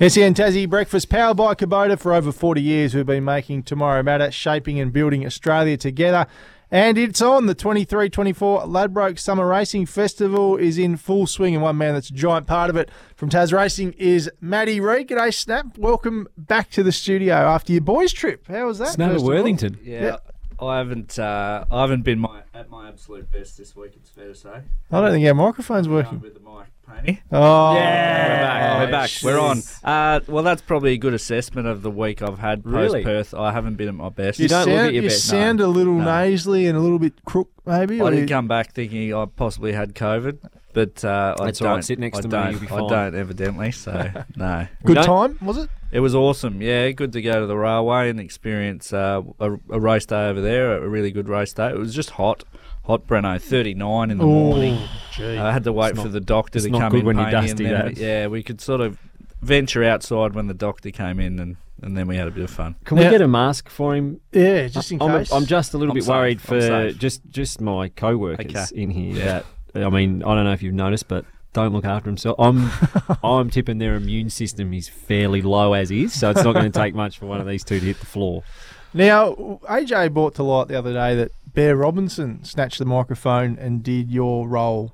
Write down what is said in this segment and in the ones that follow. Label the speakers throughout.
Speaker 1: SEN Tassie Breakfast powered by Kubota. For over 40 years, we've been making tomorrow matter, shaping and building Australia together. And it's on. The 23 24 Ladbroke Summer Racing Festival is in full swing, and one man that's a giant part of it from Tas Racing is Matty Reid. G'day, Snap. Welcome back to the studio after your boys' trip. How was that?
Speaker 2: Snap
Speaker 1: first
Speaker 2: at
Speaker 1: of all?
Speaker 2: Worthington.
Speaker 3: Yeah, I haven't. Uh, I haven't been my at my absolute best this week. It's fair to say.
Speaker 1: I don't think our microphone's
Speaker 3: Um,
Speaker 1: working.
Speaker 3: with the mic, Paney.
Speaker 1: Oh,
Speaker 3: We're back.
Speaker 1: Oh,
Speaker 3: We're back. We're on.
Speaker 1: jeez.
Speaker 3: Uh, well, that's probably a good assessment of the week I've had post
Speaker 2: Really?
Speaker 3: Perth. I haven't been at my best.
Speaker 1: You,
Speaker 2: You don't
Speaker 1: sound,
Speaker 2: look at your
Speaker 1: you
Speaker 2: best, no.
Speaker 1: sound a little
Speaker 3: No.
Speaker 1: nasally and a little bit crook, maybe.
Speaker 3: I
Speaker 1: or
Speaker 3: did
Speaker 1: you-
Speaker 3: come back thinking I possibly had COVID, but uh, I
Speaker 2: That's all
Speaker 3: don't.
Speaker 2: right. Sit next
Speaker 3: I
Speaker 2: to me,
Speaker 3: don't,
Speaker 2: you'll be
Speaker 3: I
Speaker 2: fine.
Speaker 3: don't, evidently. So no.
Speaker 1: Good
Speaker 2: We
Speaker 1: time, was it?
Speaker 3: It was awesome. Yeah, good to go to the railway and experience uh, a, a race day over there. A really good race day. It was just hot, hot Breno, thirty nine in the morning.
Speaker 1: Uh,
Speaker 3: I had to wait
Speaker 2: It's
Speaker 3: for
Speaker 2: not-
Speaker 3: the doctor
Speaker 2: it's
Speaker 3: to
Speaker 2: not
Speaker 3: come
Speaker 2: good
Speaker 3: in.
Speaker 2: when you're
Speaker 3: Paney, and
Speaker 2: dusty,
Speaker 3: then-
Speaker 2: that.
Speaker 3: yeah, we could sort of venture outside when the doctor came in, and, and then we had a bit of fun.
Speaker 2: Can
Speaker 1: Now-
Speaker 2: we get a mask for him?
Speaker 1: Yeah, just in
Speaker 2: I'm,
Speaker 1: case.
Speaker 2: I'm just a little
Speaker 3: I'm
Speaker 2: bit
Speaker 3: safe,
Speaker 2: worried
Speaker 3: I'm
Speaker 2: for
Speaker 3: safe.
Speaker 2: just just my co-workers
Speaker 3: Okay.
Speaker 2: in here.
Speaker 3: Yeah.
Speaker 2: That I mean, I don't know if you've noticed, but don't look after himself. I'm I'm tipping their immune system is fairly low as is, so it's not going to take much for one of these two to hit the floor.
Speaker 1: Now, AJ brought to light the other day that Bear Robinson snatched the microphone and did your role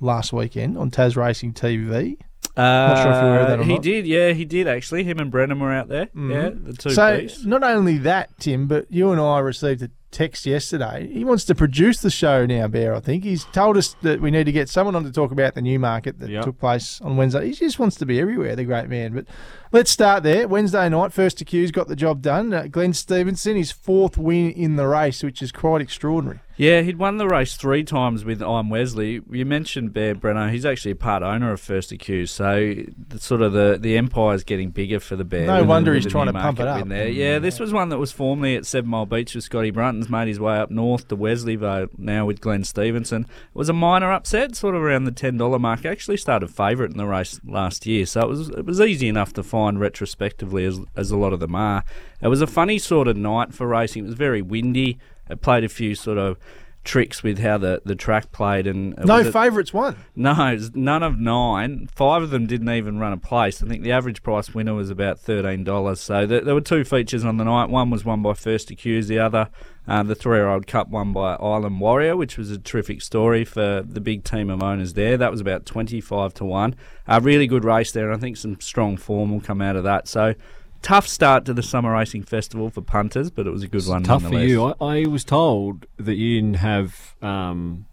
Speaker 1: last weekend on Taz Racing TV.
Speaker 3: Not
Speaker 1: sure if you were there or
Speaker 3: Uh, he
Speaker 1: not.
Speaker 3: did. Yeah, he did actually. Him and Brennan were out there.
Speaker 2: Mm-hmm.
Speaker 1: Mhm.
Speaker 3: Yeah, the two.
Speaker 1: so,
Speaker 3: peeps.
Speaker 1: not only that, Tim, but you and I received a text yesterday. He wants to produce the show now, Bear, I think. He's told us that we need to get someone on to talk about the new market that
Speaker 2: Yep.
Speaker 1: took place on Wednesday. He just wants to be everywhere, the great man. But let's start there. Wednesday night, first accused got the job done. Uh, Glenn Stevenson, his fourth win in the race, which is quite extraordinary.
Speaker 3: Yeah, he'd won the race three times with I'm Wesley. You mentioned Bear Brenner. He's actually a part owner of First Accused, so the, sort of the the empire's getting bigger for the Bear.
Speaker 1: No
Speaker 3: with the-
Speaker 1: wonder
Speaker 3: with
Speaker 1: he's
Speaker 3: the
Speaker 1: trying
Speaker 3: new
Speaker 1: to pump it
Speaker 3: market
Speaker 1: up.
Speaker 3: win There. Yeah, this was one that was formerly at Seven Mile Beach with Scotty Brunton's made his way up north to Wesleyville now with Glenn Stevenson. It was a minor upset, sort of around the ten dollar mark. Actually started favourite in the race last year, so it was it was easy enough to find retrospectively as as a lot of them are. It was a funny sort of night for racing. It was very windy. It played a few sort of tricks with how the, the track played and it
Speaker 1: No
Speaker 3: was a-
Speaker 1: favourites won.
Speaker 3: no, it was none of nine. Five of them didn't even run a place. I think the average price winner was about thirteen dollars. So th- there were two features on the night. One was won by First Accused. The other, uh, the three-year-old cup, won by Island Warrior, which was a terrific story for the big team of owners there. That was about twenty-five to one. A really good race there, and I think some strong form will come out of that. So. Tough start to the summer racing festival for punters, but it was a good one.
Speaker 2: Tough for
Speaker 3: nonetheless.
Speaker 2: you. I, I was told that you didn't have um,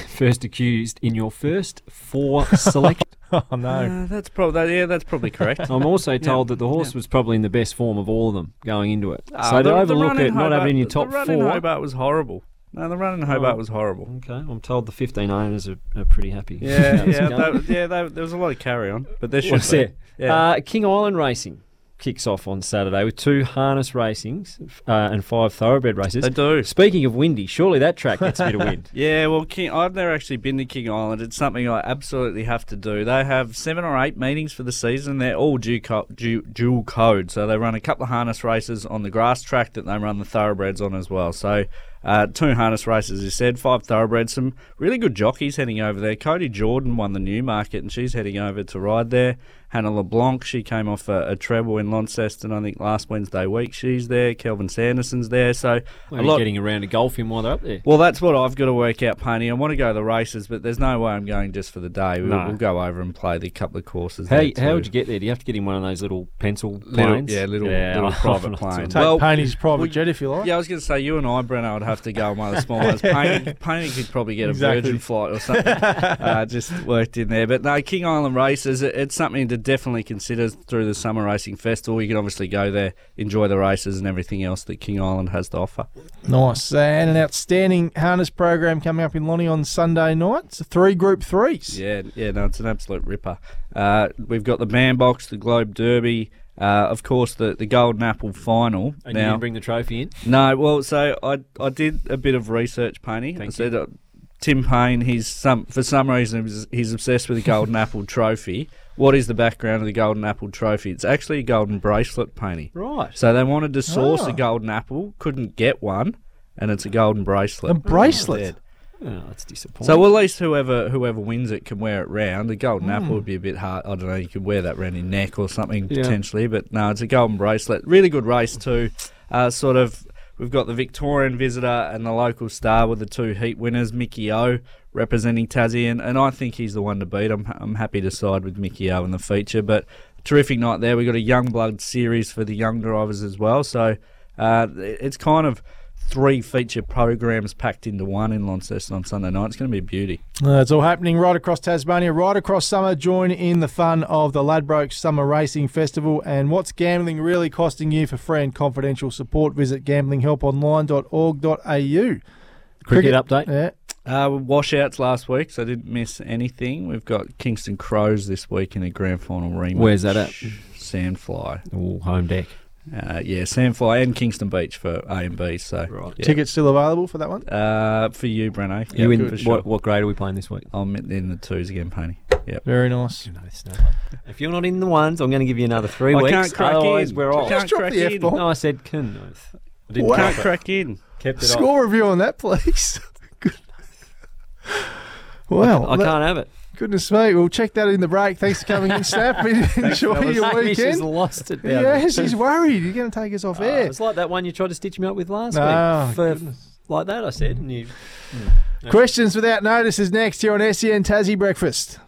Speaker 2: first accused in your first four selections.
Speaker 1: Oh, no.
Speaker 3: Uh, that's probably yeah, that's probably correct.
Speaker 2: I'm also told that the horse was probably in the best form of all of them going into it. so
Speaker 3: Ah,
Speaker 2: to
Speaker 3: the- the
Speaker 2: overlook
Speaker 3: run in
Speaker 2: it, not having in your
Speaker 3: the-
Speaker 2: top
Speaker 3: the run in
Speaker 2: four.
Speaker 3: Hobart was horrible. No, the run in Hobart
Speaker 2: Oh.
Speaker 3: was horrible.
Speaker 2: Okay, I'm told the 15 owners are, are pretty happy.
Speaker 3: Yeah,
Speaker 2: How's it
Speaker 3: yeah,
Speaker 2: going?
Speaker 3: that, yeah. That, there was a lot of carry on, but there should
Speaker 2: What's
Speaker 3: be.
Speaker 2: there?
Speaker 3: Yeah.
Speaker 2: Uh, King Island Racing kicks off on Saturday with two harness racings uh, and five thoroughbred races.
Speaker 3: they do.
Speaker 2: Speaking of windy, surely that track gets a bit of wind.
Speaker 3: Yeah, well, King, I've never actually been to King Island. It's something I absolutely have to do. They have seven or eight meetings for the season. They're all due co- due, dual code, so they run a couple of harness races on the grass track that they run the thoroughbreds on as well. So. Uh, two harness races, as you said, five thoroughbreds, some really good jockeys heading over there. Cody Jordan won the Newmarket, and she's heading over to ride there. Hannah LeBlanc, she came off a, a treble in Launceston, I think, last Wednesday week. She's there. Kelvin Sanderson's there. So a
Speaker 2: Maybe
Speaker 3: lot,
Speaker 2: getting around to golf in while they're up there.
Speaker 3: well, that's what I've got to work out, Pony. I want to go to the races, but there's no way I'm going just for the day. We'll,
Speaker 2: No.
Speaker 3: we'll go over and play the couple of courses.
Speaker 2: How,
Speaker 3: there
Speaker 2: how
Speaker 3: too.
Speaker 2: would you get there? Do you have to get in one of those little pencil
Speaker 3: Little-
Speaker 2: planes?
Speaker 3: yeah, little- little private
Speaker 2: I'll-
Speaker 3: plane.
Speaker 1: Take
Speaker 3: Well,
Speaker 1: Paney's private
Speaker 3: well,
Speaker 1: jet if you like.
Speaker 3: Yeah, I was going to say you and I, Brenna, would have have to go on one of the small ones. Payne, Payne could probably get a
Speaker 1: Exactly.
Speaker 3: Virgin flight or something. uh, just worked in there. But no, King Island Races, it, it's something to definitely consider through the Summer Racing Festival. You can obviously go there, enjoy the races and everything else that King Island has to offer.
Speaker 1: Nice. And an outstanding harness program coming up in Lonnie on Sunday night. It's three group threes.
Speaker 3: Yeah, yeah, no, it's an absolute ripper. Uh, we've got the Man Box, the Globe Derby, uh, of course, the, the Golden Apple Final.
Speaker 2: And you didn't bring the trophy in.
Speaker 3: No, well, so I I did a bit of research, Paney. I
Speaker 2: Thank
Speaker 3: said uh, Tim Payne, he's some for some reason he's- he's obsessed with the Golden Apple Trophy. What is the background of the Golden Apple Trophy? It's actually a golden bracelet, Paney.
Speaker 2: Right.
Speaker 3: So they wanted to source
Speaker 1: Ah.
Speaker 3: a golden apple, couldn't get one, and it's a golden bracelet.
Speaker 1: A bracelet.
Speaker 2: Oh, that's disappointing.
Speaker 3: So at least whoever whoever wins it can wear it round. A golden apple would be a bit hard. I don't know. You could wear that round your neck or something
Speaker 2: Yeah.
Speaker 3: potentially, but no, it's a golden bracelet. Really good race too. Uh, sort of. We've got the Victorian visitor and the local star with the two heat winners, Mickey O, representing Tassie, and, and I think he's the one to beat. I'm, I'm happy to side with Mickey O in the feature, but terrific night there. We've got a young blood series for the young drivers as well, so uh, it's kind of three feature programs packed into one in Launceston on Sunday night. It's going to be a beauty.
Speaker 1: Uh, it's all happening right across Tasmania, right across summer. Join in the fun of the Ladbrokes Summer Racing Festival. And what's gambling really costing you for free and confidential support? Visit gamblinghelponline.org.au.
Speaker 2: cricket,
Speaker 1: cricket-
Speaker 2: update.
Speaker 1: Yeah.
Speaker 3: Uh, washouts last week, so I didn't miss anything. We've got Kingston Crows this week in a grand final rematch.
Speaker 2: Where's that at?
Speaker 3: Sandfly.
Speaker 2: Oh, home deck.
Speaker 3: Uh, yeah, Sandfly and Kingston Beach for A and B. So
Speaker 2: Right.
Speaker 3: yeah.
Speaker 1: Tickets still available for that one?
Speaker 3: Uh, for you, Breno.
Speaker 2: You in
Speaker 3: for sure.
Speaker 2: what, what grade are we playing this week?
Speaker 3: I'm in the twos again, Pony. Yep.
Speaker 1: Very nice.
Speaker 2: If you're not in the ones, I'm going to give you another three
Speaker 3: I
Speaker 2: weeks.
Speaker 3: can't crack
Speaker 2: otherwise,
Speaker 3: in.
Speaker 2: we're
Speaker 3: I
Speaker 2: off.
Speaker 3: can't
Speaker 1: Just drop
Speaker 3: crack
Speaker 1: the
Speaker 3: in.
Speaker 1: F-bomb.
Speaker 2: No, I said can. I th- I didn't
Speaker 1: Wow.
Speaker 3: Can't
Speaker 2: crack it.
Speaker 3: crack in.
Speaker 2: kept it off.
Speaker 1: Score review on that, please. Good- Wow,
Speaker 2: I
Speaker 1: that-
Speaker 2: can't have it.
Speaker 1: goodness me! We'll check that in the break. Thanks for coming in, Snap. Enjoy your
Speaker 2: Hamish has
Speaker 1: weekend.
Speaker 2: lost it. down there.
Speaker 1: Yes, he's worried. You're going to take us off
Speaker 2: Oh,
Speaker 1: air.
Speaker 2: It's like that one you tried to stitch me up with last
Speaker 1: No,
Speaker 2: week. For, like that, I said, and you
Speaker 1: Questions without notice is next here on SEN E Tassie Breakfast.